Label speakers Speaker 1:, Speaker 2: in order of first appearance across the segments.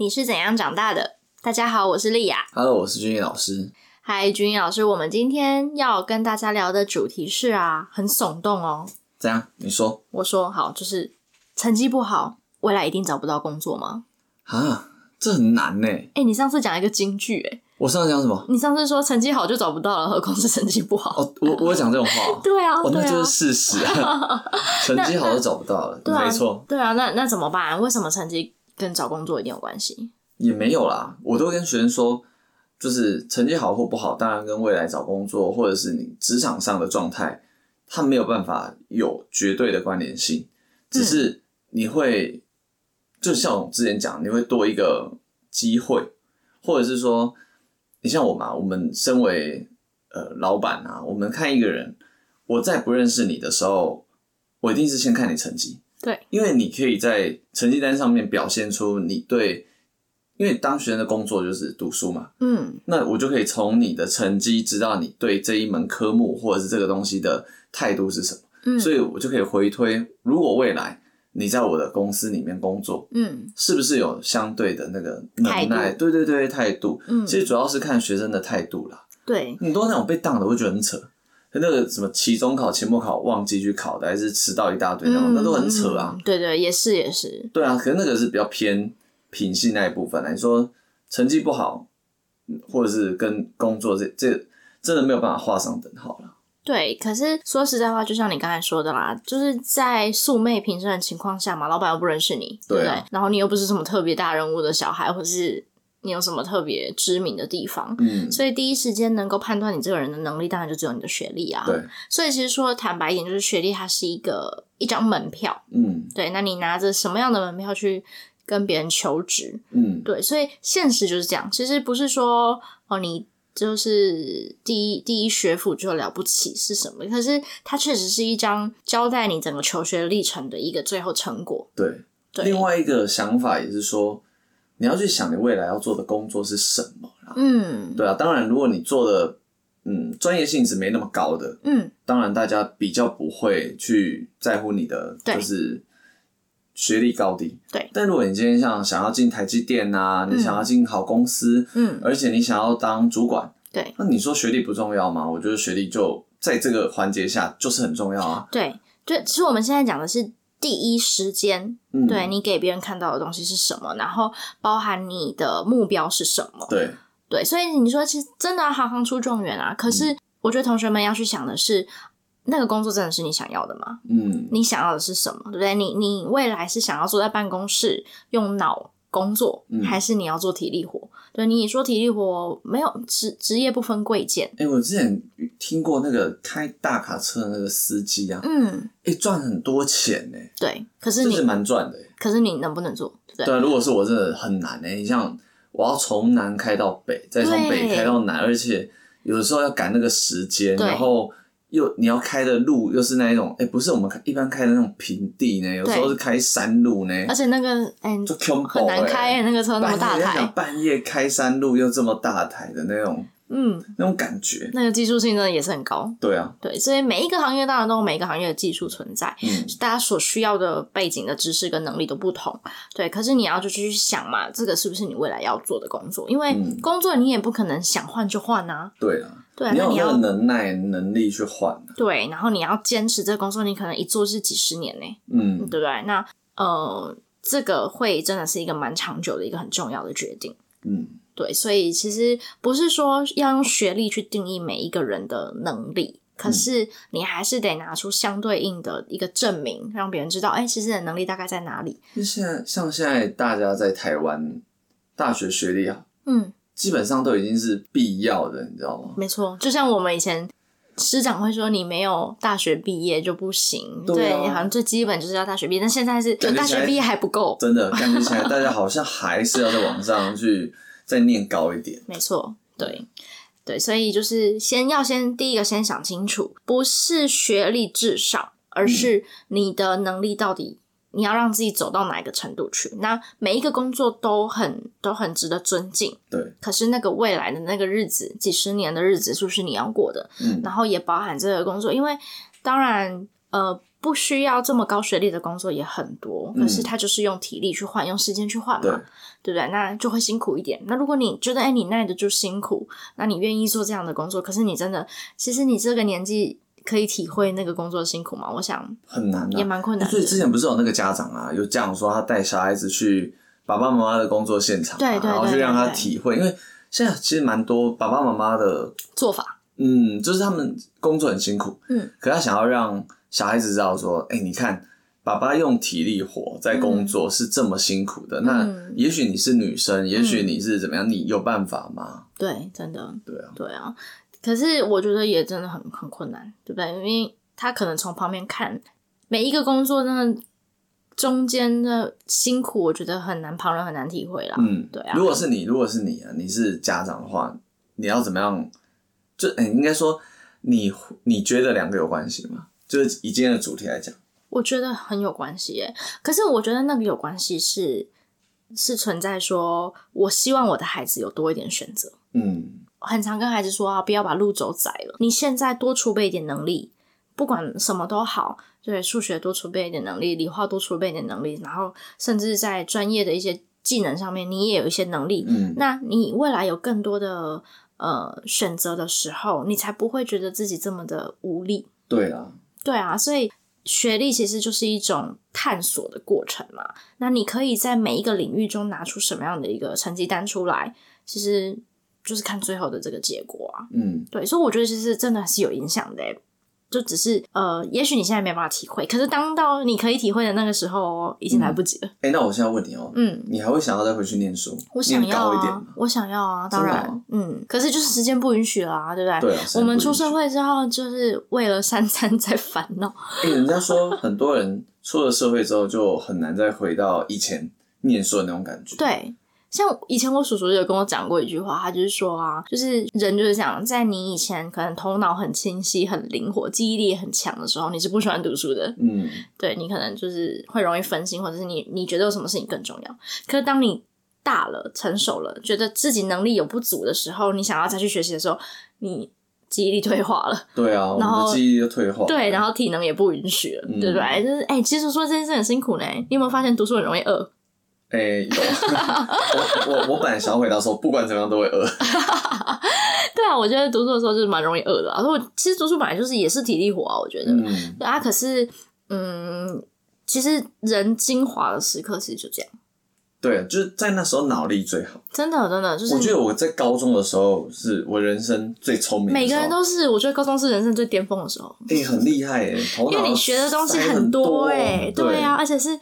Speaker 1: 你是怎样长大的？大家好，我是丽雅。
Speaker 2: Hello，我是君毅老师。
Speaker 1: 嗨，君毅老师，我们今天要跟大家聊的主题是啊，很耸动哦。
Speaker 2: 怎样？你说
Speaker 1: 我说好，就是成绩不好，未来一定找不到工作吗？
Speaker 2: 啊，这很难呢。
Speaker 1: 哎、你上次讲一个金句、哎，
Speaker 2: 我上次讲什么？
Speaker 1: 你上次说成绩好就找不到了，何况是成绩不好？，
Speaker 2: 哦，我我有讲这种话
Speaker 1: 对啊，
Speaker 2: 哦，
Speaker 1: 对
Speaker 2: 那
Speaker 1: 啊
Speaker 2: 就，是事实 啊。成绩好都找不到了，
Speaker 1: 对啊，
Speaker 2: 没错，，
Speaker 1: 对啊，那那怎么办？为什么成绩跟找工作一定有关系？
Speaker 2: 也没有啦。我都跟学生说，就是成绩好或不好，当然跟未来找工作或者是你职场上的状态，它没有办法有绝对的关联性，只是你会，就像我之前讲，你会多一个机会，或者是说，你像我嘛，我们身为呃老板啊，我们看一个人，我在不认识你的时候，我一定是先看你成绩，
Speaker 1: 对，
Speaker 2: 因为你可以在成绩单上面表现出你对，因为当学生的工作就是读书嘛，
Speaker 1: 嗯，
Speaker 2: 那我就可以从你的成绩知道你对这一门科目或者是这个东西的态度是什么，
Speaker 1: 嗯
Speaker 2: 所以我就可以回推，如果未来你在我的公司里面工作，
Speaker 1: 嗯
Speaker 2: 是不是有相对的那个能
Speaker 1: 态
Speaker 2: 耐？
Speaker 1: 度
Speaker 2: 对对对，态度。
Speaker 1: 嗯，
Speaker 2: 其实主要是看学生的态度啦，
Speaker 1: 对，
Speaker 2: 很多那种被当的，我会觉得很扯。那个什么期中考、期末考忘记去考的，还是迟到一大堆那种，那都很扯啊
Speaker 1: 嗯。对对，也是也是，
Speaker 2: 对啊，可是那个是比较偏品性那一部分来啊说，成绩不好，嗯或者是跟工作这这真的没有办法画上等号了。
Speaker 1: 对，可是说实在话，就像你刚才说的啦，就是在素昧平生的情况下嘛，老板又不认识你，对不
Speaker 2: 对啊
Speaker 1: 对？然后你又不是什么特别大人物的小孩，或是你有什么特别知名的地方，
Speaker 2: 嗯，
Speaker 1: 所以第一时间能够判断你这个人的能力，当然就只有你的学历啊。
Speaker 2: 对，
Speaker 1: 所以其实说坦白一点，就是学历它是一个一张门票，
Speaker 2: 嗯
Speaker 1: 对，那你拿着什么样的门票去跟别人求职，
Speaker 2: 嗯，
Speaker 1: 对，所以现实就是这样。其实不是说哦，你就是第一第一学府就了不起是什么？可是它确实是一张交代你整个求学历程的一个最后成果。
Speaker 2: 对。
Speaker 1: 对
Speaker 2: 另外一个想法也是说，你要去想你未来要做的工作是什么啦。
Speaker 1: 嗯
Speaker 2: 对啊，当然，如果你做的嗯专业性质没那么高的，
Speaker 1: 嗯，
Speaker 2: 当然大家比较不会去在乎你的
Speaker 1: 对
Speaker 2: 就是学历高低。
Speaker 1: 对
Speaker 2: 但如果你今天像想要进台积电啊，
Speaker 1: 嗯
Speaker 2: 你想要进好公司，
Speaker 1: 嗯
Speaker 2: 而且你想要当主管，
Speaker 1: 对，
Speaker 2: 那你说学历不重要吗？我觉得学历就在这个环节下就是很重要啊。
Speaker 1: 对，就其实我们现在讲的是第一时间，
Speaker 2: 嗯，
Speaker 1: 对你给别人看到的东西是什么，然后包含你的目标是什么。
Speaker 2: 对
Speaker 1: 对，所以你说其实真的要行行出状元啊。可是
Speaker 2: 嗯
Speaker 1: 我觉得同学们要去想的是，那个工作真的是你想要的吗？
Speaker 2: 嗯，
Speaker 1: 你想要的是什么，对不对？你你未来是想要坐在办公室用脑工作，
Speaker 2: 嗯
Speaker 1: 还是你要做体力活？对，你说体力活没有职职业不分贵贱，
Speaker 2: 哎、我之前听过那个开大卡车的那个司机啊，
Speaker 1: 嗯，
Speaker 2: 哎、赚很多钱呢、
Speaker 1: 对。可是
Speaker 2: 这
Speaker 1: 你，
Speaker 2: 是蛮赚的、欸。
Speaker 1: 可是你能不能做，对不对？
Speaker 2: 对啊，如果是我真的很难诶、你像我要从南开到北，再从
Speaker 1: 对
Speaker 2: 北开到南，而且有的时候要赶那个时间，
Speaker 1: 对
Speaker 2: 然后又你要开的路又是那一种，哎、不是我们开一般开的那种平地呢，有时候是开山路呢，
Speaker 1: 而且那个，哎、
Speaker 2: 就恐怖
Speaker 1: 很难开、
Speaker 2: 欸
Speaker 1: 那个车那么大
Speaker 2: 半夜人家讲
Speaker 1: 台，
Speaker 2: 半夜开山路又这么大台的那种
Speaker 1: 嗯，
Speaker 2: 那种感觉，
Speaker 1: 那个技术性真的也是很高。
Speaker 2: 对啊，
Speaker 1: 对，所以每一个行业当然都有每一个行业的技术存在，
Speaker 2: 嗯
Speaker 1: 大家所需要的背景的知识跟能力都不同，对。可是你要就去想嘛，这个是不是你未来要做的工作？因为
Speaker 2: 嗯
Speaker 1: 工作你也不可能想换就换啊，
Speaker 2: 对啊，
Speaker 1: 对啊，
Speaker 2: 你
Speaker 1: 那
Speaker 2: 要
Speaker 1: 你
Speaker 2: 有那
Speaker 1: 要
Speaker 2: 个能耐能力去换啊，
Speaker 1: 对，然后你要坚持这个工作，你可能一做是几十年呢、
Speaker 2: 嗯
Speaker 1: 对不对？那呃，这个会真的是一个蛮长久的一个很重要的决定。
Speaker 2: 嗯，
Speaker 1: 对，所以其实不是说要用学历去定义每一个人的能力，
Speaker 2: 嗯
Speaker 1: 可是你还是得拿出相对应的一个证明，让别人知道，哎，其实你的能力大概在哪里。
Speaker 2: 就现在像现在大家在台湾大学学历啊，
Speaker 1: 嗯，
Speaker 2: 基本上都已经是必要的，你知道吗？
Speaker 1: 没错，就像我们以前。师长会说你没有大学毕业就不行，
Speaker 2: 对啊
Speaker 1: 好像最基本就是要大学毕业，但现在是
Speaker 2: 感觉
Speaker 1: 大
Speaker 2: 起
Speaker 1: 学
Speaker 2: 来
Speaker 1: 毕业还不够，
Speaker 2: 真的，感觉起来大家好像还是要在网上去再念高一点。
Speaker 1: 没错，对对，所以就是先要先第一个先想清楚，不是学历至上，而是你的能力到底。你要让自己走到哪一个程度去？那每一个工作都很都很值得尊敬，
Speaker 2: 对，
Speaker 1: 可是那个未来的那个日子，几十年的日子，是不是你要过的？
Speaker 2: 嗯
Speaker 1: 然后也包含这个工作，因为当然，呃，不需要这么高学历的工作也很多，可是他就是用体力去换，用时间去换
Speaker 2: 嗯对
Speaker 1: 嘛，对不对？那就会辛苦一点。那如果你觉得哎你耐得住辛苦，那你愿意做这样的工作，可是你真的，其实你这个年纪可以体会那个工作的辛苦吗？我想
Speaker 2: 很难
Speaker 1: 也
Speaker 2: 啊。
Speaker 1: 蛮困难
Speaker 2: 所
Speaker 1: 的
Speaker 2: 以。之前不是有那个家长啊，有家长说他带小孩子去爸爸妈妈的工作现场啊、
Speaker 1: 对对对
Speaker 2: 然后去让他
Speaker 1: 对对
Speaker 2: 体会，因为现在其实蛮多爸爸妈妈的
Speaker 1: 做法，
Speaker 2: 嗯，就是他们工作很辛苦，
Speaker 1: 嗯，
Speaker 2: 可他想要让小孩子知道说，哎、你看爸爸用体力活在工作是这么辛苦的，那
Speaker 1: 嗯
Speaker 2: 也许你是女生，也许你是怎么样，你有办法吗？
Speaker 1: 对，真的，
Speaker 2: 对啊，
Speaker 1: 对啊，可是我觉得也真的很很困难，对不对？因为他可能从旁边看每一个工作，真的中间的辛苦，我觉得很难旁人很难体会啦。
Speaker 2: 嗯，
Speaker 1: 对啊
Speaker 2: 如果是你，如果是你啊，你是家长的话，你要怎么样？就哎、应该说你你觉得两个有关系吗？就是以今天的主题来讲，
Speaker 1: 我觉得很有关系耶。可是我觉得那个有关系是是存在说，我希望我的孩子有多一点选择。
Speaker 2: 嗯，
Speaker 1: 很常跟孩子说啊，不要把路走窄了。你现在多储备一点能力，不管什么都好，对数学多储备一点能力，理化多储备一点能力，然后甚至在专业的一些技能上面，你也有一些能力。
Speaker 2: 嗯
Speaker 1: 那你未来有更多的呃选择的时候，你才不会觉得自己这么的无力。
Speaker 2: 对啊，
Speaker 1: 对啊，所以学历其实就是一种探索的过程嘛。那你可以在每一个领域中拿出什么样的一个成绩单出来，其实就是看最后的这个结果啊。
Speaker 2: 嗯，
Speaker 1: 对，所以我觉得其实真的是有影响的欸、就只是呃，也许你现在没办法体会，可是当到你可以体会的那个时候，已经来不及了。
Speaker 2: 哎、那我现在问你哦、
Speaker 1: 嗯，
Speaker 2: 你还会想要再回去念书，
Speaker 1: 我想
Speaker 2: 念
Speaker 1: 要
Speaker 2: 高一点
Speaker 1: 啊
Speaker 2: 吗？，
Speaker 1: 我想要啊，当
Speaker 2: 真的
Speaker 1: 然，
Speaker 2: 哦
Speaker 1: 嗯，可是就是时间不允许了啊，对不对？
Speaker 2: 对啊，
Speaker 1: 我们出
Speaker 2: 时间不允
Speaker 1: 社
Speaker 2: 许
Speaker 1: 会之后，就是为了三餐在烦恼。
Speaker 2: 哎、人家说很多人出了社会之后就很难再回到以前念书的那种感觉。，
Speaker 1: 对，像以前我叔叔有跟我讲过一句话，他就是说啊，就是人就是这样，在你以前可能头脑很清晰、很灵活、记忆力也很强的时候，你是不喜欢读书的，
Speaker 2: 嗯，
Speaker 1: 对你可能就是会容易分心，或者是你你觉得有什么事情更重要。可是当你大了、成熟了，觉得自己能力有不足的时候，你想要再去学习的时候，你记忆力退化了，
Speaker 2: 对啊，我
Speaker 1: 然
Speaker 2: 们
Speaker 1: 后
Speaker 2: 的记忆就退化了。
Speaker 1: 对，然后体能也不允许了，
Speaker 2: 嗯
Speaker 1: 对不对？就是哎、其实说这件事很辛苦呢。你有没有发现读书很容易饿？
Speaker 2: 哎、有啊我我我本来想要回答说，不管怎么样都会饿。
Speaker 1: 对啊，我觉得读书的时候就是蛮容易饿的、啊。所以我其实读书本来就是也是体力活啊，我觉得。
Speaker 2: 嗯，
Speaker 1: 对啊，可是嗯，其实人精华的时刻其实就这样，
Speaker 2: 对，就是在那时候脑力最好。
Speaker 1: 真的真的就是
Speaker 2: 我觉得我在高中的时候是我人生最聪明的时候，
Speaker 1: 每个人都是，我觉得高中是人生最巅峰的时候，
Speaker 2: 哎、很厉害哎、头脑
Speaker 1: 因为你学的东西
Speaker 2: 塞
Speaker 1: 很
Speaker 2: 多哦
Speaker 1: 哎、对
Speaker 2: 对
Speaker 1: 啊，，而且是。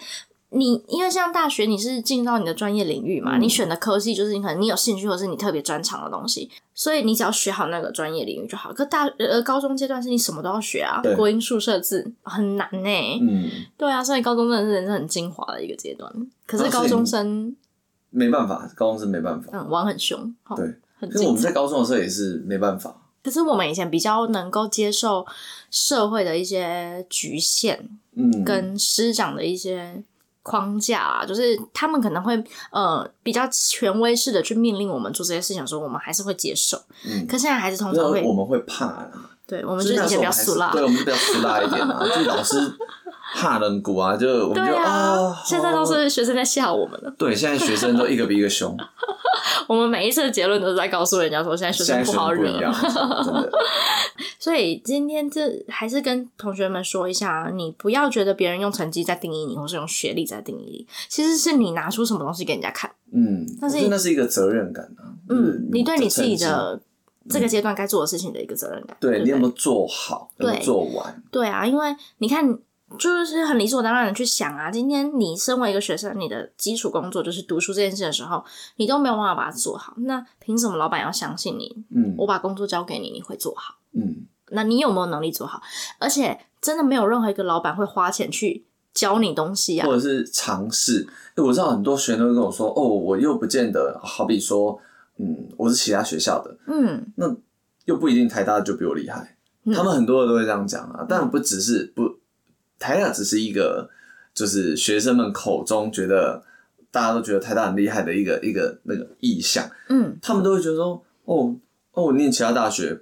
Speaker 1: 你因为像大学，你是进到你的专业领域嘛，
Speaker 2: 嗯
Speaker 1: 你选的科系就是你可能你有兴趣或是你特别专长的东西，所以你只要学好那个专业领域就好。可大呃高中阶段是你什么都要学啊
Speaker 2: 对，
Speaker 1: 国英数设置很难欸呢、
Speaker 2: 嗯，
Speaker 1: 对啊，所以高中真的是人生很精华的一个阶段。可是
Speaker 2: 啊所以
Speaker 1: 高中
Speaker 2: 你
Speaker 1: 生
Speaker 2: 没办法，高中是没办法。
Speaker 1: 嗯玩很凶，齁
Speaker 2: 对，
Speaker 1: 很
Speaker 2: 可是我
Speaker 1: 精
Speaker 2: 们
Speaker 1: 彩。
Speaker 2: 在高中的时候也是没办法。
Speaker 1: 可是我们以前比较能够接受社会的一些局限，
Speaker 2: 嗯，
Speaker 1: 跟师长的一些框架啊，就是他们可能会呃比较权威式的去命令我们做这些事情的时候，我们还是会接受。
Speaker 2: 嗯
Speaker 1: 可现在孩子通
Speaker 2: 那
Speaker 1: 常会，
Speaker 2: 我们会怕啦。
Speaker 1: 对我们
Speaker 2: 所
Speaker 1: 就是
Speaker 2: 以那
Speaker 1: 以
Speaker 2: 时
Speaker 1: 前比较
Speaker 2: 候我们还是
Speaker 1: 俗辣
Speaker 2: 对，，我们就比较俗辣一点啊，就是老 师怕人骨啊，就是我们
Speaker 1: 对
Speaker 2: 就
Speaker 1: 啊，现在都
Speaker 2: 哦
Speaker 1: 是学生在笑我们了。
Speaker 2: 对，现在学生都一个比一个凶，
Speaker 1: 我们每一次的结论都是在告诉人家说，现在学生
Speaker 2: 现在
Speaker 1: 不
Speaker 2: 学
Speaker 1: 好
Speaker 2: 生不一
Speaker 1: 惹
Speaker 2: 样，。真的。
Speaker 1: 所以今天这还是跟同学们说一下，啊你不要觉得别人用成绩在定义你，或是用学历在定义你，其实是你拿出什么东西给人家看。
Speaker 2: 嗯，
Speaker 1: 但是
Speaker 2: 我觉得那是一个责任感啊。就是
Speaker 1: 嗯，你对你自己
Speaker 2: 成绩，
Speaker 1: 的这个阶段该做的事情的一个责任感。
Speaker 2: 对
Speaker 1: 不
Speaker 2: 你有没有做好，有
Speaker 1: 对
Speaker 2: 没有做完？
Speaker 1: 对啊，因为你看，就是很理所当然的去想啊。今天你身为一个学生，你的基础工作就是读书这件事的时候，你都没有办法把它做好，那凭什么老板要相信你？
Speaker 2: 嗯
Speaker 1: 我把工作交给你，你会做好？
Speaker 2: 嗯，
Speaker 1: 那你有没有能力做好？而且真的没有任何一个老板会花钱去教你东西啊
Speaker 2: 或。者是尝试。哎，我知道很多学生都会跟我说，哦，我又不见得，好比说，嗯，我是其他学校的，
Speaker 1: 嗯，
Speaker 2: 那又不一定台大就比我厉害，
Speaker 1: 嗯
Speaker 2: 他们很多人都会这样讲啊。但不只是不台大只是一个，就是学生们口中觉得大家都觉得台大很厉害的一个一个那个意向，
Speaker 1: 嗯，
Speaker 2: 他们都会觉得说，哦哦，我念其他大学，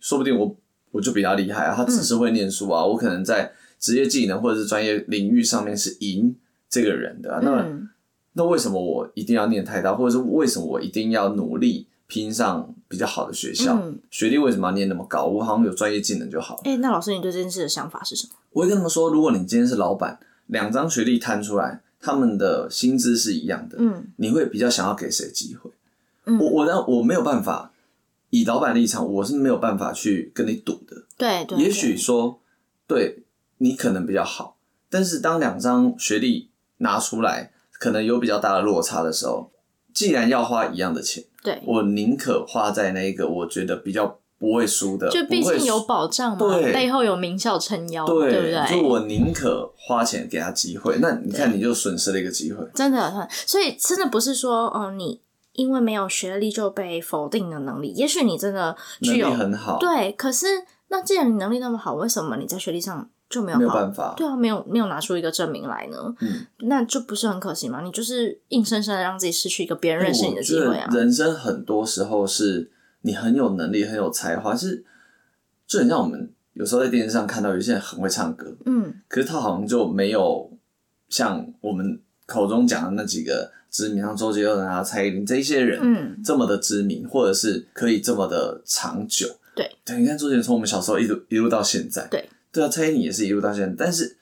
Speaker 2: 说不定我我就比他厉害啊，他只是会念书啊，
Speaker 1: 嗯
Speaker 2: 我可能在职业技能或者是专业领域上面是赢这个人的啊、那、
Speaker 1: 嗯
Speaker 2: 那为什么我一定要念太大，或者是为什么我一定要努力拼上比较好的学校？
Speaker 1: 嗯，
Speaker 2: 学历为什么要念那么高？我好像有专业技能就好了。
Speaker 1: 哎、那老师，你对这件事的想法是什么？
Speaker 2: 我会跟他们说，如果你今天是老板，两张学历摊出来，他们的薪资是一样的，
Speaker 1: 嗯
Speaker 2: 你会比较想要给谁机会？
Speaker 1: 嗯
Speaker 2: 我我当我没有办法，以老板立场，我是没有办法去跟你赌的。
Speaker 1: 对对，
Speaker 2: 也
Speaker 1: 对
Speaker 2: 许说，对你可能比较好，但是当两张学历拿出来，可能有比较大的落差的时候，既然要花一样的钱，
Speaker 1: 对，
Speaker 2: 我宁可花在那一个我觉得比较不会输的，
Speaker 1: 就毕
Speaker 2: 不会
Speaker 1: 竟有
Speaker 2: 输
Speaker 1: 保障嘛，
Speaker 2: 对
Speaker 1: 背后有名校撑腰，
Speaker 2: 对，
Speaker 1: 不
Speaker 2: 就
Speaker 1: 对？
Speaker 2: 我宁可花钱给他机会，那你看你就损失了一个机会。
Speaker 1: 真的很，所以真的不是说哦，你因为没有学历就被否定的能力，也许你真的
Speaker 2: 能
Speaker 1: 具
Speaker 2: 力
Speaker 1: 有
Speaker 2: 很好，
Speaker 1: 对，可是那既然你能力那么好，为什么你在学历上就没有
Speaker 2: 没有
Speaker 1: 好？
Speaker 2: 办法。
Speaker 1: 对啊，没有没有拿出一个证明来呢，
Speaker 2: 嗯
Speaker 1: 那就不是很可惜吗？你就是硬生生的让自己失去一个别人认识你的机会
Speaker 2: 哎我觉
Speaker 1: 啊
Speaker 2: 得！人生很多时候是你很有能力、很有才华，是就很像我们有时候在电视上看到有些人很会唱歌，
Speaker 1: 嗯，
Speaker 2: 可是他好像就没有像我们口中讲的那几个知名，像周杰伦啊、蔡依林这一些人，
Speaker 1: 嗯
Speaker 2: 这么的知名，或者是可以这么的长久。
Speaker 1: 对，
Speaker 2: 对，你看周杰伦从我们小时候一路一路到现在，
Speaker 1: 对，
Speaker 2: 对啊，蔡依林也是一路到现在，但是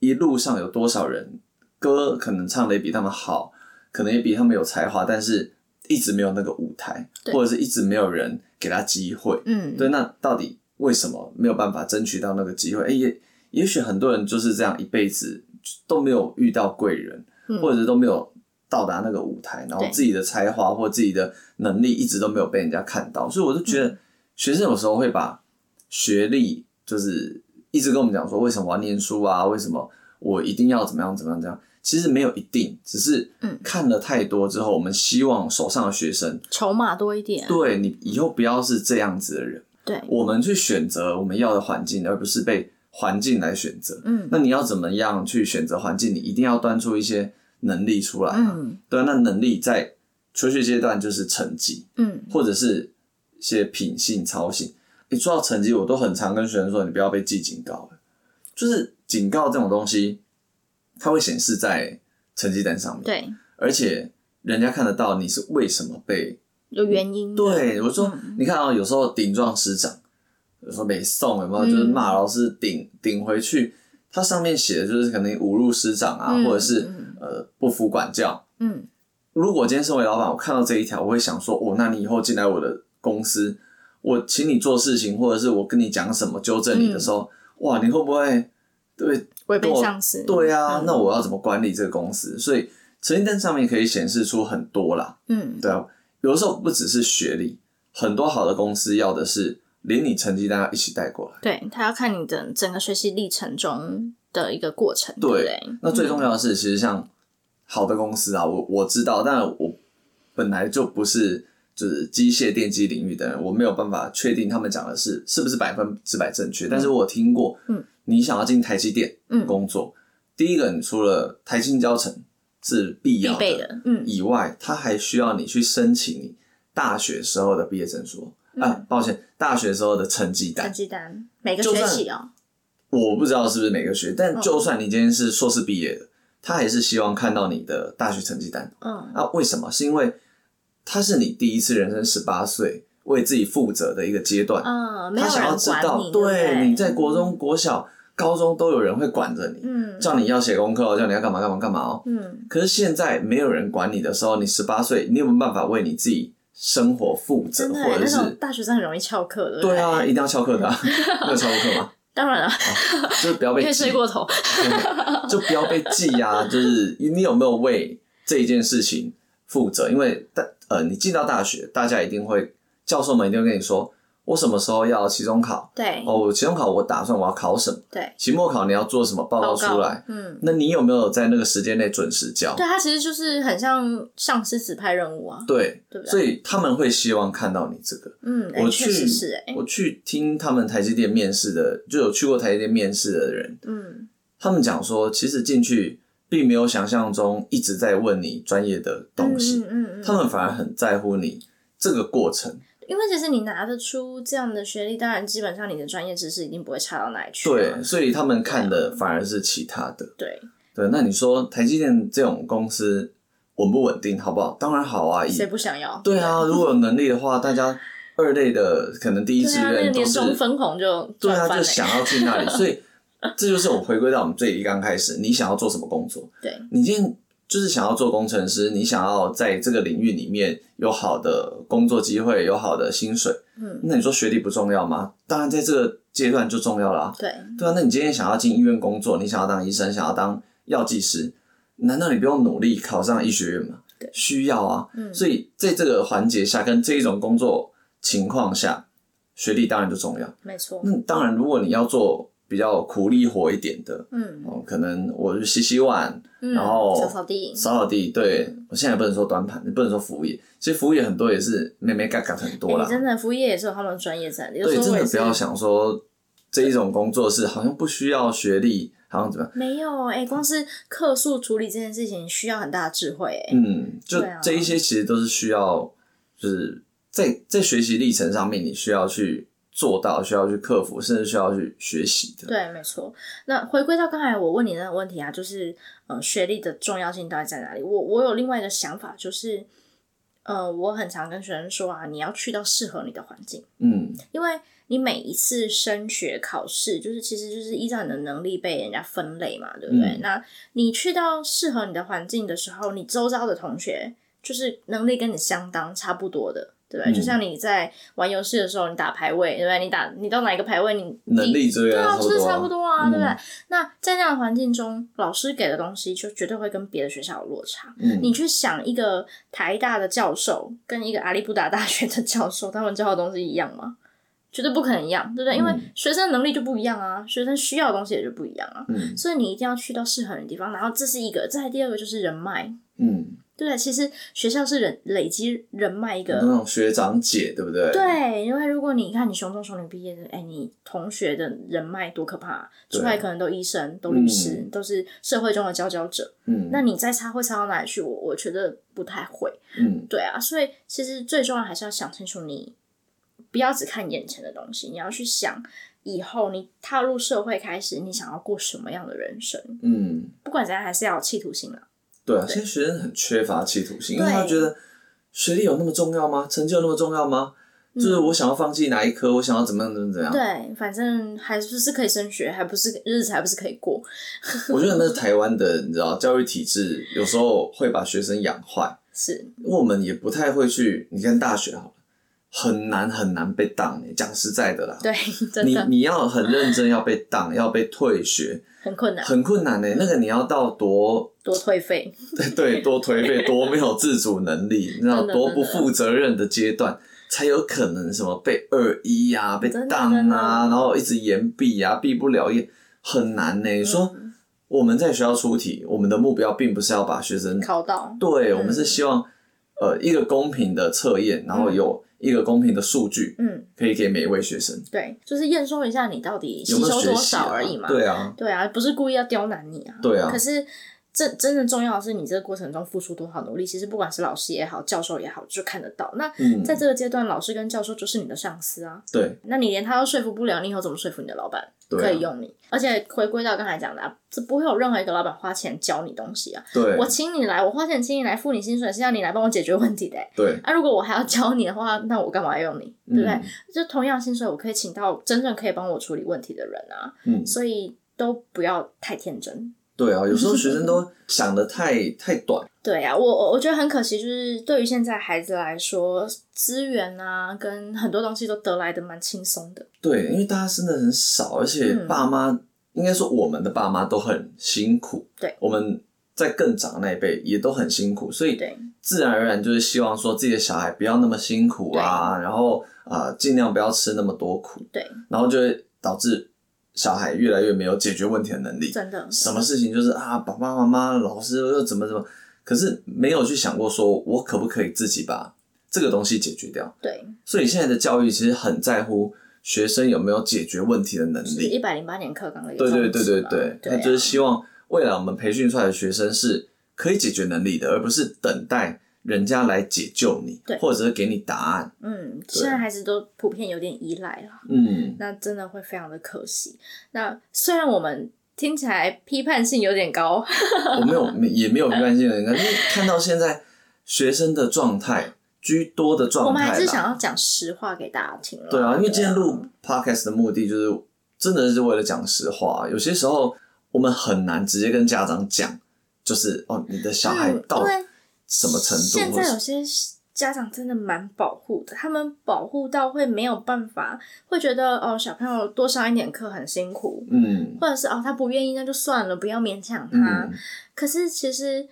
Speaker 2: 一路上有多少人歌可能唱的也比他们好，可能也比他们有才华，但是一直没有那个舞台，
Speaker 1: 对
Speaker 2: 或者是一直没有人给他机会。
Speaker 1: 嗯，
Speaker 2: 对，那到底为什么没有办法争取到那个机会？哎、也也许很多人就是这样一辈子都没有遇到贵人，
Speaker 1: 嗯
Speaker 2: 或者是都没有到达那个舞台，然后
Speaker 1: 对
Speaker 2: 自己的才华或自己的能力一直都没有被人家看到，所以我就觉
Speaker 1: 嗯
Speaker 2: 得学生有时候会把学历就是一直跟我们讲说，为什么我要念书啊？为什么我一定要怎么样怎么样怎么样？其实没有一定，只是
Speaker 1: 嗯
Speaker 2: 看了太多之后，我们希望手上的学生
Speaker 1: 筹码多一点，
Speaker 2: 对你以后不要是这样子的人。
Speaker 1: 对，
Speaker 2: 我们去选择我们要的环境，而不是被环境来选择。
Speaker 1: 嗯
Speaker 2: 那你要怎么样去选择环境？你一定要端出一些能力出来、啊。
Speaker 1: 嗯
Speaker 2: 对啊，那能力在求学阶段就是成绩，
Speaker 1: 嗯，
Speaker 2: 或者是一些品性、操行。你说到成绩，我都很常跟学生说，你不要被记警告了。就是警告这种东西，它会显示在成绩单上面，
Speaker 1: 对，
Speaker 2: 而且人家看得到你是为什么被
Speaker 1: 有原因的，
Speaker 2: 对，我说、
Speaker 1: 嗯
Speaker 2: 你看啊、有时候顶撞师长，有时候没送，有没有？就是
Speaker 1: 嗯
Speaker 2: 骂老师顶顶回去，它上面写的就是可能侮辱师长啊，
Speaker 1: 嗯
Speaker 2: 或者是
Speaker 1: 嗯
Speaker 2: 呃不服管教。
Speaker 1: 嗯
Speaker 2: 如果今天身为老板，我看到这一条，我会想说，哦，那你以后进来我的公司，我请你做事情，或者是我跟你讲什么纠正你的时候，
Speaker 1: 嗯
Speaker 2: 哇，你会不会对
Speaker 1: 违背
Speaker 2: 对
Speaker 1: 上司，
Speaker 2: 对啊？
Speaker 1: 嗯
Speaker 2: 那我要怎么管理这个公司？所以成绩单上面可以显示出很多啦。
Speaker 1: 嗯
Speaker 2: 对啊，有的时候不只是学历，很多好的公司要的是连你成绩单要一起带过来。
Speaker 1: 对他要看你的整个学习历程中的一个过程，对
Speaker 2: 对
Speaker 1: 不对？嗯
Speaker 2: 那最重要的是，其实像好的公司啊，我我知道，但我本来就不是就是机械电机领域的人，我没有办法确定他们讲的是是不是百分之百正确。但是我有听过，
Speaker 1: 嗯，
Speaker 2: 你想要进台积电
Speaker 1: 嗯
Speaker 2: 工作，第一个你除了台青教程是必
Speaker 1: 必
Speaker 2: 要
Speaker 1: 备的，嗯
Speaker 2: 以外，他还需要你去申请你大学时候的毕业证书、
Speaker 1: 嗯
Speaker 2: 啊，抱歉，大学时候的成绩
Speaker 1: 成
Speaker 2: 单。
Speaker 1: 绩单每个
Speaker 2: 就
Speaker 1: 学
Speaker 2: 算
Speaker 1: 期哦，
Speaker 2: 我不知道是不是每个学，但就算你今天是硕士毕业的，他还是希望看到你的大学成绩单。
Speaker 1: 嗯
Speaker 2: 啊，为什么？是因为他是你第一次人生十八岁为自己负责的一个阶段，
Speaker 1: 嗯，没
Speaker 2: 他
Speaker 1: 有
Speaker 2: 想要
Speaker 1: 人
Speaker 2: 知
Speaker 1: 管
Speaker 2: 道，
Speaker 1: 你，对不对
Speaker 2: 你在国中、国小、高中都有人会管着你，
Speaker 1: 嗯
Speaker 2: 叫你要写功课哦，叫你要干嘛干嘛干嘛哦。
Speaker 1: 嗯
Speaker 2: 可是现在没有人管你的时候，你十八岁，你有没有办法为你自己生活负责，
Speaker 1: 真的
Speaker 2: 或
Speaker 1: 耶
Speaker 2: 者
Speaker 1: 那种
Speaker 2: 是？
Speaker 1: 大学生很容易翘课的，不
Speaker 2: 对啊，一定要翘课的、啊， 没有翘过 课吗？
Speaker 1: 当然了，
Speaker 2: 就是不要
Speaker 1: 因
Speaker 2: 被
Speaker 1: 为
Speaker 2: 记
Speaker 1: 睡，过头，
Speaker 2: 对就不要被记呀、啊。就是你有没有为这一件事情负责？因为大呃，你进到大学，大家一定会，教授们一定会跟你说，我什么时候要期中考？
Speaker 1: 对
Speaker 2: 哦，我期中考我打算我要考什么？
Speaker 1: 对，
Speaker 2: 期末考你要做什么报告
Speaker 1: 报
Speaker 2: 出来？，
Speaker 1: 嗯。
Speaker 2: 那你有没有在那个时间内准时交？
Speaker 1: 对，他其实就是很像上司指派任务啊，
Speaker 2: 对，
Speaker 1: 对不对
Speaker 2: 所以他们会希望看到你这个。
Speaker 1: 嗯，哎
Speaker 2: 我
Speaker 1: 确实
Speaker 2: 去，
Speaker 1: 是哎、
Speaker 2: 我去听他们台积电面试的，就有去过台积电面试的人，
Speaker 1: 嗯，
Speaker 2: 他们讲说，其实进去并没有想象中一直在问你专业的东西，
Speaker 1: 嗯嗯嗯嗯，
Speaker 2: 他们反而很在乎你这个过程。
Speaker 1: 因为其实你拿得出这样的学历，当然基本上你的专业知识一定不会差到哪里去嘛。啊
Speaker 2: 对，所以他们看的反而是其他的。
Speaker 1: 对，
Speaker 2: 对，那你说台积电这种公司稳不稳定，好不好？当然好啊，以
Speaker 1: 谁不想要？
Speaker 2: 对啊，如果有能力的话，大家二类的可能第一
Speaker 1: 对
Speaker 2: 志
Speaker 1: 啊，那个
Speaker 2: 愿都
Speaker 1: 年
Speaker 2: 是
Speaker 1: 终分红就
Speaker 2: 对
Speaker 1: 赚
Speaker 2: 啊，
Speaker 1: 翻
Speaker 2: 就
Speaker 1: 了。
Speaker 2: 想要 去那里，所以这就是我们回归到我们最一刚开始，你想要做什么工作？
Speaker 1: 对，
Speaker 2: 你今天就是想要做工程师，你想要在这个领域里面有好的工作机会，有好的薪水。
Speaker 1: 嗯，
Speaker 2: 那你说学历不重要吗？当然，在这个阶段就重要啦。
Speaker 1: 对，
Speaker 2: 对啊，那你今天想要进医院工作，你想要当医生，想要当药剂师，难道你不用努力考上医学院吗？
Speaker 1: 对
Speaker 2: 需要啊。
Speaker 1: 嗯
Speaker 2: 所以在这个环节下，跟这一种工作情况下，学历当然就重要。
Speaker 1: 没错。
Speaker 2: 那当然，如果你要做比较苦力活一点的，
Speaker 1: 嗯
Speaker 2: 哦，可能我就洗洗碗、
Speaker 1: 嗯，
Speaker 2: 然后
Speaker 1: 扫扫地，
Speaker 2: 扫扫地。对我现在也不能说短板，也不能说服务业，其实服务业很多也是妹妹嘎嘎很
Speaker 1: 哎
Speaker 2: 多啦。
Speaker 1: 你真的服务业也是有他们的专业在的，有
Speaker 2: 对，
Speaker 1: 时候
Speaker 2: 真
Speaker 1: 我也
Speaker 2: 的
Speaker 1: 是
Speaker 2: 不要想说这一种工作是好像不需要学历，好像怎么样。
Speaker 1: 没有哎、光是客诉处理这件事情需要很大的智慧哎、
Speaker 2: 嗯，就
Speaker 1: 对啊
Speaker 2: 这一些其实都是需要，就是在在学习历程上面，你需要去做到，需要去克服，甚至需要去学习的。
Speaker 1: 对，没错。那回归到刚才我问你那个问题啊，就是呃，学历的重要性到底在哪里？我我有另外一个想法，就是呃，我很常跟学生说啊，你要去到适合你的环境，
Speaker 2: 嗯，
Speaker 1: 因为你每一次升学考试，就是其实就是依照你的能力被人家分类嘛，对不对？
Speaker 2: 嗯
Speaker 1: 那你去到适合你的环境的时候，你周遭的同学就是能力跟你相当差不多的。对不对？
Speaker 2: 嗯
Speaker 1: 就像你在玩游戏的时候，你打排位，对不对？你打你到哪一个排位，你
Speaker 2: 能
Speaker 1: 第
Speaker 2: 力这
Speaker 1: 对
Speaker 2: 个
Speaker 1: 啊，就是差不
Speaker 2: 多啊。
Speaker 1: 多啊，对不对
Speaker 2: 嗯？
Speaker 1: 那在那样的环境中，老师给的东西就绝对会跟别的学校有落差。
Speaker 2: 嗯，
Speaker 1: 你去想，一个台大的教授跟一个阿利布达大学的教授，他们教的东西一样吗？绝对不可能一样，对不对？因为
Speaker 2: 嗯
Speaker 1: 学生能力就不一样啊，学生需要的东西也就不一样啊，
Speaker 2: 嗯
Speaker 1: 所以你一定要去到适合你的地方。然后这是一个，再来第二个就是人脉，
Speaker 2: 嗯，
Speaker 1: 对不对？其实学校是人累积人脉一个
Speaker 2: 那种学长姐，对不对？，
Speaker 1: 对，因为如果你看你雄中雄女毕业的，哎，你同学的人脉多可怕、啊，
Speaker 2: 对
Speaker 1: 出来可能都医生、都律师、
Speaker 2: 嗯
Speaker 1: 都是社会中的佼佼者。
Speaker 2: 嗯，
Speaker 1: 那你再差会差到哪里去？我我觉得不太会。
Speaker 2: 嗯
Speaker 1: 对啊，所以其实最重要还是要想清楚你，不要只看眼前的东西，你要去想以后你踏入社会开始，你想要过什么样的人生？
Speaker 2: 嗯，
Speaker 1: 不管怎样，还是要有企图心啊。
Speaker 2: 对啊，现在学生很缺乏企图心，因为
Speaker 1: 对
Speaker 2: 他觉得学历有那么重要吗？成绩有那么重要吗？就是我想要放弃哪一科，我想要怎么样怎么样怎么
Speaker 1: 嗯
Speaker 2: 样。
Speaker 1: 对，反正还不是可以升学，还不是日子还不是可以过。
Speaker 2: 我觉得那是台湾的，你知道，教育体制有时候会把学生养坏。
Speaker 1: 是，
Speaker 2: 因为我们也不太会去，你看大学好了，很难很难被当、欸。讲实在的啦，
Speaker 1: 对，真
Speaker 2: 你
Speaker 1: 的
Speaker 2: 你要很认真，要被当，要被退学，
Speaker 1: 很困难。
Speaker 2: 很困难呢、那个你要到多
Speaker 1: 多退费。
Speaker 2: 对多颓废，多没有自主能力，你知道
Speaker 1: 真的
Speaker 2: 多不负责任的阶段。才有可能什么被二一啊，被
Speaker 1: 真的
Speaker 2: 当
Speaker 1: 真的
Speaker 2: 啊，然后一直延毕啊，毕不了业，很难呢、
Speaker 1: 嗯
Speaker 2: 你说我们在学校出题，我们的目标并不是要把学生
Speaker 1: 考到，
Speaker 2: 对，
Speaker 1: 嗯
Speaker 2: 我们是希望呃一个公平的测验，然后有一个公平的数据，
Speaker 1: 嗯，
Speaker 2: 可以给每一位学生
Speaker 1: 对，就是验收一下你到底吸
Speaker 2: 有没有
Speaker 1: 收
Speaker 2: 学
Speaker 1: 多
Speaker 2: 习、
Speaker 1: 少
Speaker 2: 啊、
Speaker 1: 而已嘛。
Speaker 2: 对啊，
Speaker 1: 对啊，不是故意要刁难你啊。
Speaker 2: 对啊
Speaker 1: 可是这真的重要的是，你这个过程中付出多少努力，其实不管是老师也好，教授也好，就看得到。那
Speaker 2: 嗯，
Speaker 1: 在这个阶段，老师跟教授就是你的上司啊。
Speaker 2: 对
Speaker 1: 那你连他都说服不了，你以后怎么说服你的老板
Speaker 2: 对啊
Speaker 1: 可以用你？而且回归到刚才讲的、啊，这不会有任何一个老板花钱教你东西啊。
Speaker 2: 对
Speaker 1: 我请你来，我花钱请你来付你薪水，是要你来帮我解决问题的欸、
Speaker 2: 对，
Speaker 1: 那、如果我还要教你的话，那我干嘛要用你？对不对？
Speaker 2: 嗯
Speaker 1: 就同样薪水，我可以请到真正可以帮我处理问题的人啊，
Speaker 2: 嗯
Speaker 1: 所以都不要太天真。
Speaker 2: 对啊，有时候学生都想的太太短，
Speaker 1: 对啊，我我我觉得很可惜，就是对于现在孩子来说，资源啊跟很多东西都得来的蛮轻松的。
Speaker 2: 对，因为大家生的很少，而且
Speaker 1: 嗯
Speaker 2: 爸妈、应该说我们的爸妈都很辛苦，
Speaker 1: 对，
Speaker 2: 我们。在更长那一辈也都很辛苦，所以
Speaker 1: 对
Speaker 2: 自然而然就是希望说自己的小孩不要那么辛苦啊，然后啊、呃尽量不要吃那么多苦，
Speaker 1: 对，
Speaker 2: 然后就会导致小孩越来越没有解决问题的能力。
Speaker 1: 真的
Speaker 2: 什么事情就是啊，爸爸妈妈、老师又怎么怎么，可是没有去想过说我可不可以自己把这个东西解决掉。
Speaker 1: 对，
Speaker 2: 所以现在的教育其实很在乎学生有没有解决问题的能
Speaker 1: 就是一
Speaker 2: 力。
Speaker 1: 百零八年课纲的一个
Speaker 2: 对对
Speaker 1: 宗
Speaker 2: 对
Speaker 1: 旨
Speaker 2: 对
Speaker 1: 嘛
Speaker 2: 对，
Speaker 1: 对
Speaker 2: 那
Speaker 1: 啊，
Speaker 2: 就是希望未来我们培训出来的学生是可以解决能力的，而不是等待人家来解救你
Speaker 1: 对，
Speaker 2: 或者是给你答案。
Speaker 1: 嗯，
Speaker 2: 对
Speaker 1: 现在孩子都普遍有点依赖了，
Speaker 2: 嗯，
Speaker 1: 那真的会非常的可惜。那虽然我们听起来批判性有点高，
Speaker 2: 我没有没也没有批判性的人，因为看到现在学生的状态居多的
Speaker 1: 我
Speaker 2: 状态啦，
Speaker 1: 们还是想要讲实话给大家听了。
Speaker 2: 对啊，因为今天录 podcast 的目的就是真的是为了讲实话，有些时候我们很难直接跟家长讲，就是哦，你的小孩
Speaker 1: 嗯
Speaker 2: 到
Speaker 1: 因为
Speaker 2: 什么程
Speaker 1: 现
Speaker 2: 度，或
Speaker 1: 在有
Speaker 2: 是
Speaker 1: 些家长真的蛮保护的，他们保护到会没有办法，会觉得哦，小朋友多上一点课很辛苦，
Speaker 2: 嗯
Speaker 1: 或者是哦，他不愿意那就算了，不要勉强他。
Speaker 2: 嗯
Speaker 1: 可是其实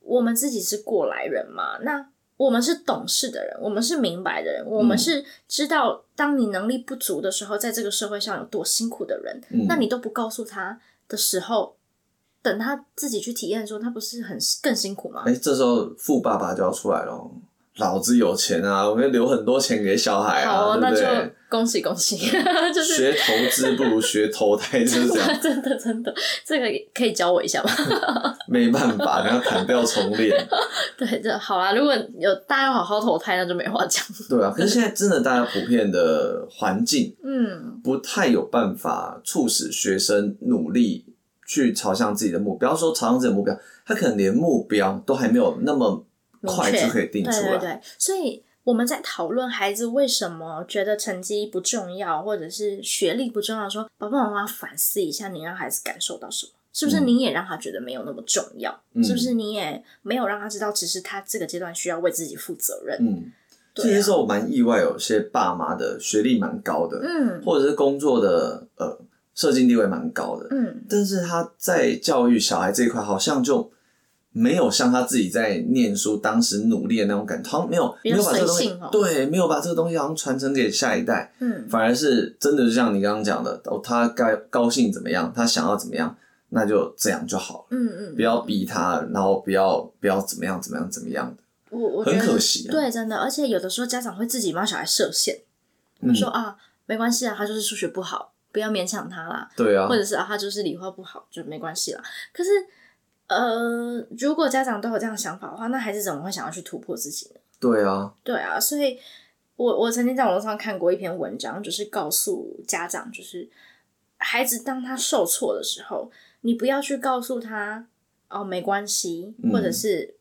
Speaker 1: 我们自己是过来人嘛，那我们是懂事的人，我们是明白的人，我
Speaker 2: 嗯
Speaker 1: 们是知道当你能力不足的时候，在这个社会上有多辛苦的人，
Speaker 2: 嗯
Speaker 1: 那你都不告诉他的时候。等他自己去体验的时候，他不是很更辛苦吗？
Speaker 2: 哎、这时候富爸爸就要出来了，哦老子有钱啊，我们留很多钱给小孩啊，
Speaker 1: 好、哦，
Speaker 2: 对
Speaker 1: 那
Speaker 2: 不
Speaker 1: 就
Speaker 2: 对？嗯
Speaker 1: 恭喜恭喜， 就是
Speaker 2: 学投资不如学投胎，就是这 样，
Speaker 1: 真的真的，这个可以教我一下吗？
Speaker 2: 没办法，然后砍掉重练。
Speaker 1: 对，这好啊啦。如果有大家好好投胎，那就没话 讲。
Speaker 2: 对啊，可是现在真的大家普遍的环境
Speaker 1: 嗯，
Speaker 2: 不太有办法促使学生努力去朝向自己的目标。不要说朝向自己的目标，他可能连目标都还没有那么
Speaker 1: 明
Speaker 2: 快
Speaker 1: 确
Speaker 2: 就可以定
Speaker 1: 对
Speaker 2: 出来。
Speaker 1: 对对，所以我们在讨论孩子为什么觉得成绩不重要，或者是学历不重要的时候，爸爸妈妈反思一下，你让孩子感受到什么？是不是
Speaker 2: 嗯
Speaker 1: 你也让他觉得没有那么重要？
Speaker 2: 嗯
Speaker 1: 是不是你也没有让他知道，其实他这个阶段需要为自己负责任？
Speaker 2: 嗯，这
Speaker 1: 对
Speaker 2: 些
Speaker 1: 啊
Speaker 2: 时候我蛮意外，有些爸妈的学历蛮高的，
Speaker 1: 嗯
Speaker 2: 或者是工作的呃社经地位蛮高的，
Speaker 1: 嗯，
Speaker 2: 但是他在教育小孩这一块好像就。没有像他自己在念书当时努力的那种感觉，好像没有
Speaker 1: 比
Speaker 2: 没
Speaker 1: 较
Speaker 2: 有把这个东
Speaker 1: 随
Speaker 2: 西、
Speaker 1: 性哦
Speaker 2: 对，没有把这个东西好像传承给下一代。
Speaker 1: 嗯，
Speaker 2: 反而是真的，就像你刚刚讲的，哦，他该高兴怎么样，他想要怎么样，那就这样就好了，
Speaker 1: 嗯嗯，
Speaker 2: 不要逼他，然后不要不要怎么样怎么样怎么样的。
Speaker 1: 我我觉得
Speaker 2: 很可惜啊
Speaker 1: 对，真的，而且有的时候家长会自己帮小孩设限，
Speaker 2: 嗯，
Speaker 1: 说啊，没关系啊，他就是数学不好，不要勉强他啦，
Speaker 2: 对啊
Speaker 1: 或，者是啊，他就是理化不好，就没关系啦。可是，呃，如果家长都有这样的想法的话，那孩子怎么会想要去突破自己呢？
Speaker 2: 对啊，
Speaker 1: 对啊，所以我我曾经在网络上看过一篇文章，就是告诉家长，就是孩子当他受挫的时候，你不要去告诉他哦没关系，
Speaker 2: 嗯
Speaker 1: 或者是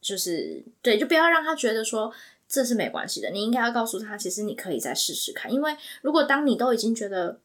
Speaker 1: 就是对，就不要让他觉得说这是没关系的。你应该要告诉他，其实你可以再试试看，因为如果当你都已经觉得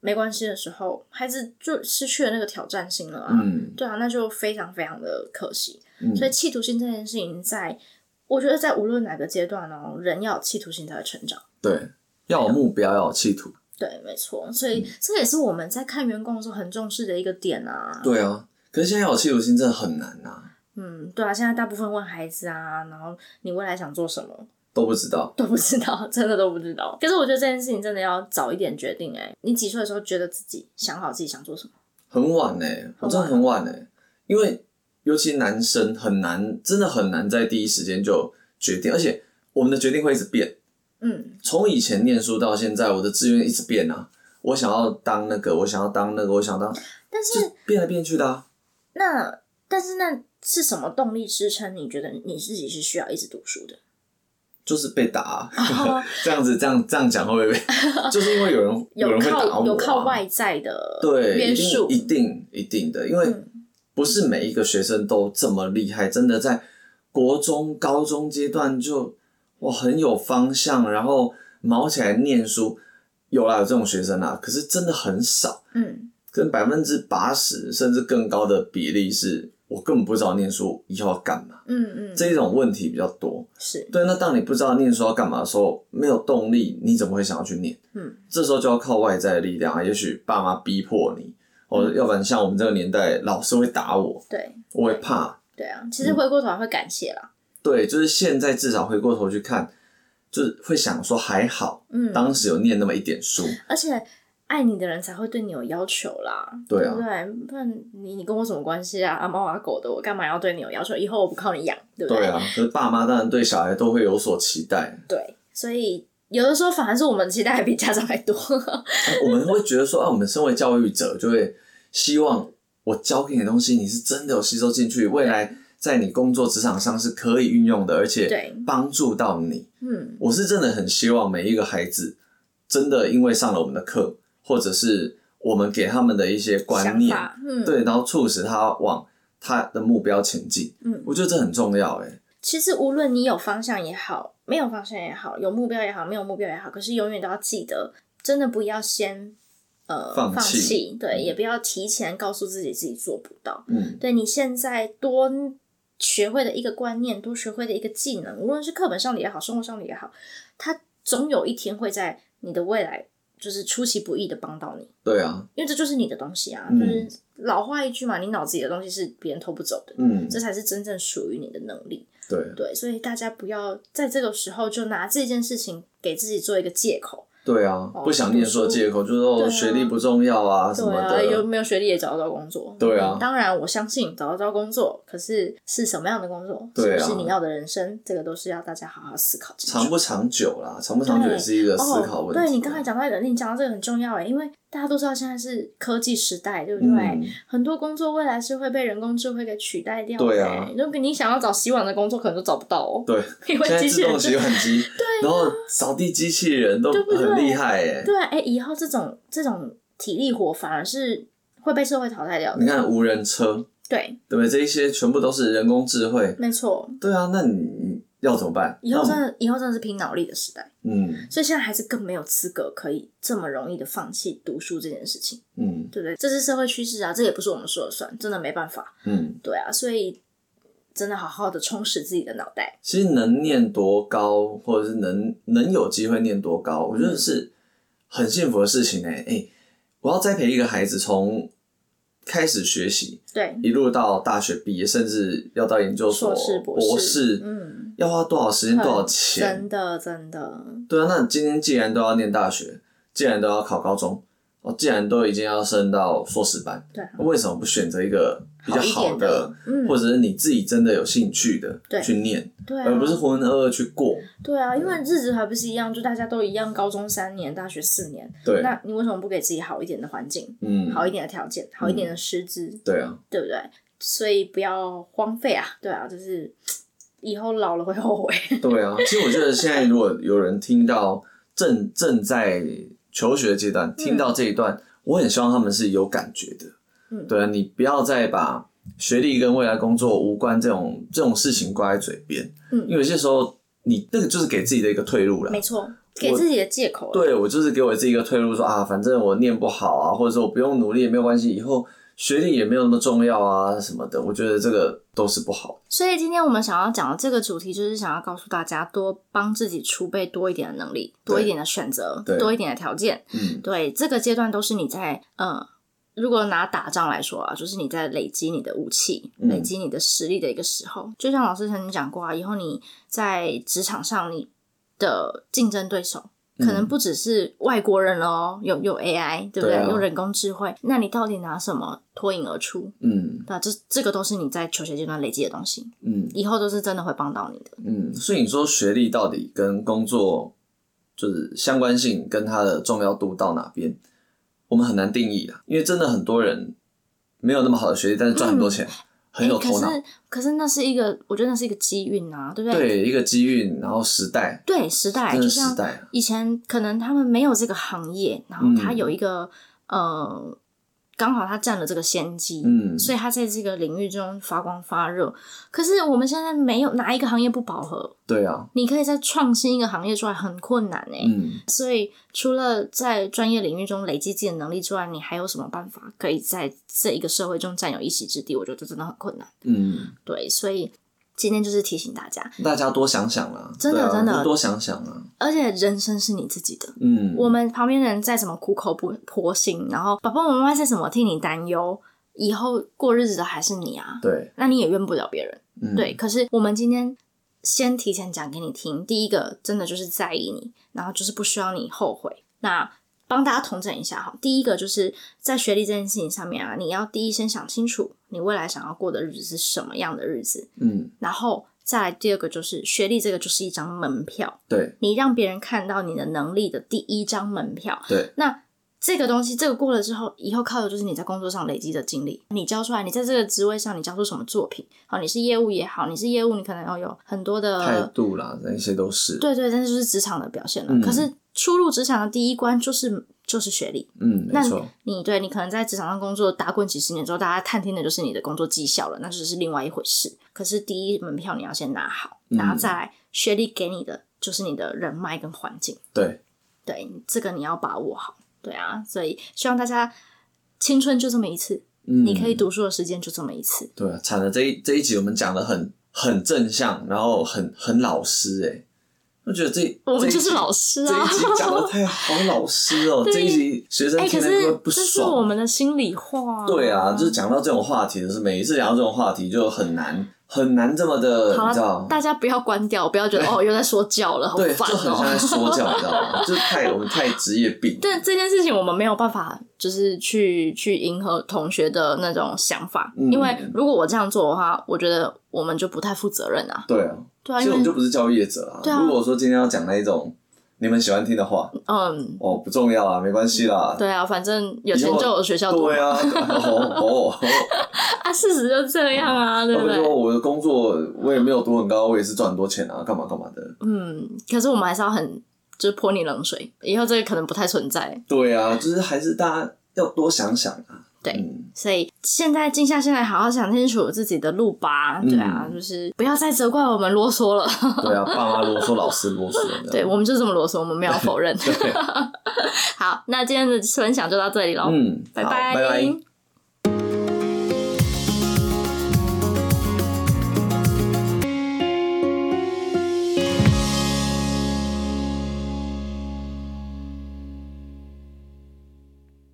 Speaker 1: 没关系的时候，孩子就失去了那个挑战性了啊。
Speaker 2: 嗯
Speaker 1: 对啊，那就非常非常的可惜。
Speaker 2: 嗯，
Speaker 1: 所以企图心这件事情在，我觉得在无论哪个阶段哦，人要有企图心才会成长。
Speaker 2: 对，要有目标，要有企图。
Speaker 1: 对，没错，所
Speaker 2: 嗯
Speaker 1: 以这也是我们在看员工的时候很重视的一个点啊。
Speaker 2: 对啊，可是现在要有企图心真的很难啊，
Speaker 1: 嗯，对啊，现在大部分问孩子啊，然后你未来想做什么
Speaker 2: 都不知道。
Speaker 1: 都不知道，真的都不知道。可是我觉得这件事情真的要早一点决定、欸。哎，你几岁的时候觉得自己想好自己想做什么？
Speaker 2: 很晚呢、我真的很晚呢、欸因为尤其男生很难，真的很难在第一时间就决定，而且我们的决定会一直变。
Speaker 1: 嗯
Speaker 2: 从以前念书到现在，我的志愿一直变啊。我想要当那个，我想要当那个，我想要当，
Speaker 1: 但是
Speaker 2: 就变来变去的、啊。
Speaker 1: 那，但是那是什么动力支撑？你觉得你自己是需要一直读书的？
Speaker 2: 就是被打、啊
Speaker 1: 哦
Speaker 2: 这样子，这样这样讲会不 会被？就是因为有人人会打我、
Speaker 1: 靠
Speaker 2: 啊，
Speaker 1: 有靠外在的
Speaker 2: 对，
Speaker 1: 约
Speaker 2: 一定
Speaker 1: 束，
Speaker 2: 一定一定的，因为
Speaker 1: 嗯
Speaker 2: 不是每一个学生都这么厉害，真的在国中、高中阶段就哇很有方向，然后毛起来念书，有啦有这种学生啦，可是真的很少。
Speaker 1: 嗯
Speaker 2: 跟百分之八十甚至更高的比例是，我根本不知道念书以后要干嘛，
Speaker 1: 嗯嗯，
Speaker 2: 这一种问题比较多。
Speaker 1: 是
Speaker 2: 对，那当你不知道念书要干嘛的时候，没有动力，你怎么会想要去念？
Speaker 1: 嗯，
Speaker 2: 这时候就要靠外在的力量啊，也许爸妈逼迫你，
Speaker 1: 嗯
Speaker 2: 哦，要不然像我们这个年代，老师会打我，
Speaker 1: 对
Speaker 2: 我会怕。
Speaker 1: 对啊。其
Speaker 2: 嗯
Speaker 1: 实回过头来会感谢啦，
Speaker 2: 对，就是现在至少回过头去看，就是会想说还好，
Speaker 1: 嗯，
Speaker 2: 当时有念那么一点书，
Speaker 1: 而且爱你的人才会对你有要求啦，
Speaker 2: 对
Speaker 1: 对不
Speaker 2: 啊，
Speaker 1: 对？不然你你跟我什么关系啊？阿猫阿狗的，我干嘛要对你有要求？以后我不靠你养，对不
Speaker 2: 对啊，可是爸妈当然对小孩都会有所期待，
Speaker 1: 对，所以有的时候反而是我们期待还比家长还多。
Speaker 2: 我们会觉得说，啊，我们身为教育者，就会希望我教给你的东西，你是真的有吸收进去，未来在你工作职场上是可以运用的，而且
Speaker 1: 对
Speaker 2: 帮助到你。
Speaker 1: 嗯，
Speaker 2: 我是真的很希望每一个孩子真的因为上了我们的课，或者是我们给他们的一些观
Speaker 1: 想
Speaker 2: 念，
Speaker 1: 法，嗯，
Speaker 2: 对，然后促使他往他的目标前进。
Speaker 1: 嗯
Speaker 2: 我觉得这很重要、欸，
Speaker 1: 其实无论你有方向也好，没有方向也好，有目标也好，没有目标也好，可是永远都要记得，真的不要先呃
Speaker 2: 放弃
Speaker 1: 对，也不要提前告诉自己自己做不到。
Speaker 2: 嗯，
Speaker 1: 对你现在多学会的一个观念，多学会的一个技能，无论是课本上的也好，生活上的也好，它总有一天会在你的未来就是出其不意的帮到你，
Speaker 2: 对啊，
Speaker 1: 因为这就是你的东西啊。
Speaker 2: 嗯
Speaker 1: 就是老话一句嘛，你脑子里的东西是别人偷不走的，
Speaker 2: 嗯，
Speaker 1: 这才是真正属于你的能力。
Speaker 2: 对，
Speaker 1: 对，所以大家不要在这个时候就拿这件事情给自己做一个借口。
Speaker 2: 对啊，
Speaker 1: 哦
Speaker 2: 不想念书的借口就是哦，
Speaker 1: 对啊
Speaker 2: 学历不重要啊什
Speaker 1: 对
Speaker 2: 么
Speaker 1: 啊，有
Speaker 2: 的，
Speaker 1: 没有学历也找得到工作。
Speaker 2: 对啊
Speaker 1: 嗯当然我相信找得到工作，可是是什么样的工作，
Speaker 2: 对啊
Speaker 1: 是不是你要的人生，这个都是要大家好好思考清楚。
Speaker 2: 长不长久啦，长不长久也是一个思考问题啊。
Speaker 1: 哦、对你刚才讲到一个，你讲到这个很重要诶，欸因为大家都知道现在是科技时代，对不对？
Speaker 2: 嗯，
Speaker 1: 很多工作未来是会被人工智慧给取代掉的。欸
Speaker 2: 对啊
Speaker 1: 如果你想要找洗碗的工作，可能都找不到哦，
Speaker 2: 对，
Speaker 1: 因
Speaker 2: 现
Speaker 1: 为
Speaker 2: 在
Speaker 1: 机器
Speaker 2: 自
Speaker 1: 人
Speaker 2: 动
Speaker 1: 就
Speaker 2: 洗碗 机，然后扫地机器人都
Speaker 1: 对不对
Speaker 2: 很厉害耶、
Speaker 1: 对啊，哎、以后这种这种体力活反而是会被社会淘汰掉
Speaker 2: 你
Speaker 1: 的。
Speaker 2: 看无人车，
Speaker 1: 对，
Speaker 2: 对不对？这一些全部都是人工智慧。
Speaker 1: 没错，
Speaker 2: 对啊，那你要怎么办？
Speaker 1: 以后
Speaker 2: 那
Speaker 1: 真
Speaker 2: 我们
Speaker 1: 的以后真的是拼脑力的时代，
Speaker 2: 嗯
Speaker 1: 所以现在孩子更没有资格可以这么容易的放弃读书这件事情，
Speaker 2: 嗯
Speaker 1: 对不对？这是社会趋势啊，这也不是我们说了算，真的没办法。
Speaker 2: 嗯，
Speaker 1: 对啊，所以真的好好的充实自己的脑袋。
Speaker 2: 其实能念多高，或者是能能有机会念多高，我觉得是很幸福的事情哎、欸、哎、我要栽培一个孩子从开始学习，
Speaker 1: 对，
Speaker 2: 一路到大学毕业，甚至要到研究所、
Speaker 1: 硕士、博
Speaker 2: 士，
Speaker 1: 嗯，
Speaker 2: 要花多少时间、多少钱？
Speaker 1: 真的真的，
Speaker 2: 对啊，那今天既然都要念大学，既然都要考高中，哦，既然都已经要升到硕士班，
Speaker 1: 对啊，
Speaker 2: 为什么不选择一个比较
Speaker 1: 好一
Speaker 2: 好
Speaker 1: 点的
Speaker 2: 的，
Speaker 1: 嗯
Speaker 2: 或者是你自己真的有兴趣的
Speaker 1: 对
Speaker 2: 去念，
Speaker 1: 对啊，
Speaker 2: 呃而不是嗯浑浑噩噩去过？
Speaker 1: 对啊，因为日子还不是一样，就大家都一样，高中三年，大学四年，
Speaker 2: 对，
Speaker 1: 那你为什么不给自己好一点的环境、
Speaker 2: 嗯，
Speaker 1: 好一点的条件、好一点的师资，
Speaker 2: 对啊，
Speaker 1: 对不对？所以不要荒废啊，对啊，就是嘖以后老了会后悔。
Speaker 2: 对啊。其实我觉得现在如果有人听到正正在求学阶段，听到这一段，我很希望他们是有感觉的。
Speaker 1: 嗯
Speaker 2: 对啊，你不要再把学历跟未来工作无关这种这种事情挂在嘴边，
Speaker 1: 嗯
Speaker 2: 因为有些时候你那个就是给自己的一个退路了
Speaker 1: 没。错，给自己的借口。，
Speaker 2: 啊对我就是给我自己一个退路说啊，反正我念不好啊，或者说我不用努力也没有关系，以后学历也没有那么重要啊什么的。我觉得这个都是不好
Speaker 1: 所以今天我们想要讲的这个主题，就是想要告诉大家，多帮自己储备多一点的能力，多一点的选择
Speaker 2: 对，
Speaker 1: 多一点的条件。
Speaker 2: 的。嗯，
Speaker 1: 对，这个阶段都是你在呃，如果拿打仗来说啊，就是你在累积你的武器、
Speaker 2: 嗯
Speaker 1: 累积你的实力的一个时候。就像老师曾经讲过啊，以后你在职场上你的竞争对手。可能不只是外国人了哦，有有 AI，对不
Speaker 2: 嗯对
Speaker 1: 对？
Speaker 2: 啊
Speaker 1: 有人工智慧，那你到底拿什么脱颖而出？
Speaker 2: 嗯
Speaker 1: 那这这个都是你在求学阶段累积的东西，
Speaker 2: 嗯
Speaker 1: 以后都是真的会帮到你的。
Speaker 2: 嗯，所以你说学历到底跟工作就是相关性跟它的重要度到哪边，我们很难定义啊的，因为真的很多人没有那么好的学历，但是赚很多钱，很有
Speaker 1: 诶
Speaker 2: 头脑
Speaker 1: 嗯哎可。是可是那是一个，我觉得那是一个机运啊，对不对？
Speaker 2: 对，一个机运，然后时代，
Speaker 1: 对时代，
Speaker 2: 真
Speaker 1: 就
Speaker 2: 的时
Speaker 1: 像
Speaker 2: 代啊。
Speaker 1: 以前可能他们没有这个行业，然后他
Speaker 2: 嗯
Speaker 1: 有一个、呃，刚好他占了这个先机，
Speaker 2: 嗯
Speaker 1: 所以他在这个领域中发光发热。可是我们现在没有哪一个行业不饱和，
Speaker 2: 对啊，
Speaker 1: 你可以再创新一个行业出来很困难哎、
Speaker 2: 嗯，
Speaker 1: 所以除了在专业领域中累积自己的能力之外，你还有什么办法可以在这一个社会中占有一席之地？我觉得真的很困难。
Speaker 2: 嗯，
Speaker 1: 对，所以今天就是提醒大家，
Speaker 2: 大家多想想啦，
Speaker 1: 真的
Speaker 2: 对啊
Speaker 1: 真的
Speaker 2: 多想想啊，
Speaker 1: 而且人生是你自己的。
Speaker 2: 嗯，
Speaker 1: 我们旁边的人再怎么苦口婆婆心，然后爸爸妈妈再怎么替你担忧，以后过日子的还是你啊，
Speaker 2: 对，
Speaker 1: 那你也怨不了别人。
Speaker 2: 嗯，
Speaker 1: 对，，可是我们今天先提前讲给你听，第一个真的就是在意你，然后就是不需要你后悔。那帮大家统整一下哈，第一个就是在学历这件事情上面啊，你要第一先想清楚你未来想要过的日子是什么样的日子，
Speaker 2: 嗯，
Speaker 1: 然后再来第二个就是学历这个就是一张门票，
Speaker 2: 对，
Speaker 1: 你让别人看到你的能力的第一张门票。
Speaker 2: 对，
Speaker 1: 那这个东西，这个过了之后，以后靠的就是你在工作上累积的经历。你教出来，你在这个职位上，你教出什么作品？好，你是业务也好，你是业务，你可能要有很多
Speaker 2: 态
Speaker 1: 的
Speaker 2: 度啦，那些都是。
Speaker 1: 呃对对，但是就是职场的表现了。
Speaker 2: 嗯
Speaker 1: 可是初入职场的第一关就是就是学历，
Speaker 2: 嗯，没
Speaker 1: 那
Speaker 2: 错，
Speaker 1: 你对你可能在职场上工作打滚几十年之后，大家探听的就是你的工作绩效了，那就是另外一回事。可是第一门票你要先拿好，
Speaker 2: 嗯
Speaker 1: 然后再来学历给你的就是你的人脉跟环境，
Speaker 2: 对，
Speaker 1: 对这个你要把握好。对啊，所以希望大家青春就这么一次，
Speaker 2: 嗯，
Speaker 1: 你可以读书的时间就这么一次。
Speaker 2: 对啊，惨了，这一这一集我们讲的很很正向，然后很很老师哎、我觉得这
Speaker 1: 我们
Speaker 2: 这一
Speaker 1: 就是
Speaker 2: 集
Speaker 1: 老师
Speaker 2: 这
Speaker 1: 啊
Speaker 2: 一！ 集讲的太好，老师哦、
Speaker 1: 对
Speaker 2: 这一集学生
Speaker 1: 哎、
Speaker 2: 听
Speaker 1: 可
Speaker 2: 了会
Speaker 1: 是
Speaker 2: 不会不
Speaker 1: 这
Speaker 2: 爽。
Speaker 1: 是我们的心里话、
Speaker 2: 对啊，就是讲到这种话题，就是每一次聊到这种话题就很难很难这么的，
Speaker 1: 好
Speaker 2: 你知
Speaker 1: 了
Speaker 2: 道，？
Speaker 1: 大家不要关掉，不要觉得哦又在说教了，好
Speaker 2: 对，就
Speaker 1: 烦
Speaker 2: 很
Speaker 1: 哦
Speaker 2: 像。在说教，你知道吗？就是太我们太职业病。
Speaker 1: 但这件事情我们没有办法，就是去去迎合同学的那种想法，
Speaker 2: 嗯
Speaker 1: 因为如果我这样做的话，我觉得我们就不太负责任啊。
Speaker 2: 对啊，
Speaker 1: 对啊，
Speaker 2: 其实我
Speaker 1: 因
Speaker 2: 们就
Speaker 1: 为
Speaker 2: 不是教育业者啊。
Speaker 1: 对啊
Speaker 2: 如果说今天要讲那一种你们喜欢听的话，
Speaker 1: 嗯，
Speaker 2: 哦，不重要啊，没关系啦。
Speaker 1: 对啊，反正有钱
Speaker 2: 以后
Speaker 1: 就有学校读
Speaker 2: 对啊，哦 哦，
Speaker 1: 啊，事实就这样啊，对
Speaker 2: 要
Speaker 1: 不
Speaker 2: 嗯不
Speaker 1: 对？
Speaker 2: 说我的工作我也没有多很高，我也是赚很多钱啊，干嘛干嘛的。
Speaker 1: 嗯，可是我们还是要很就是泼你冷水，以后这个可能不太存在。
Speaker 2: 对啊，就是还是大家要多想想啊。
Speaker 1: 对
Speaker 2: 嗯，
Speaker 1: 所以现在静下心来，好好想清楚自己的路吧。对啊，
Speaker 2: 嗯
Speaker 1: 就是不要再责怪我们啰嗦 了。
Speaker 2: 对啊，爸妈啰嗦，老师啰嗦，
Speaker 1: 对，我们就这么啰嗦，我们没有否认。
Speaker 2: 对，
Speaker 1: 好，那今天的分享就到这里喽。
Speaker 2: 嗯，
Speaker 1: 拜
Speaker 2: 好
Speaker 1: 拜，
Speaker 2: 拜拜。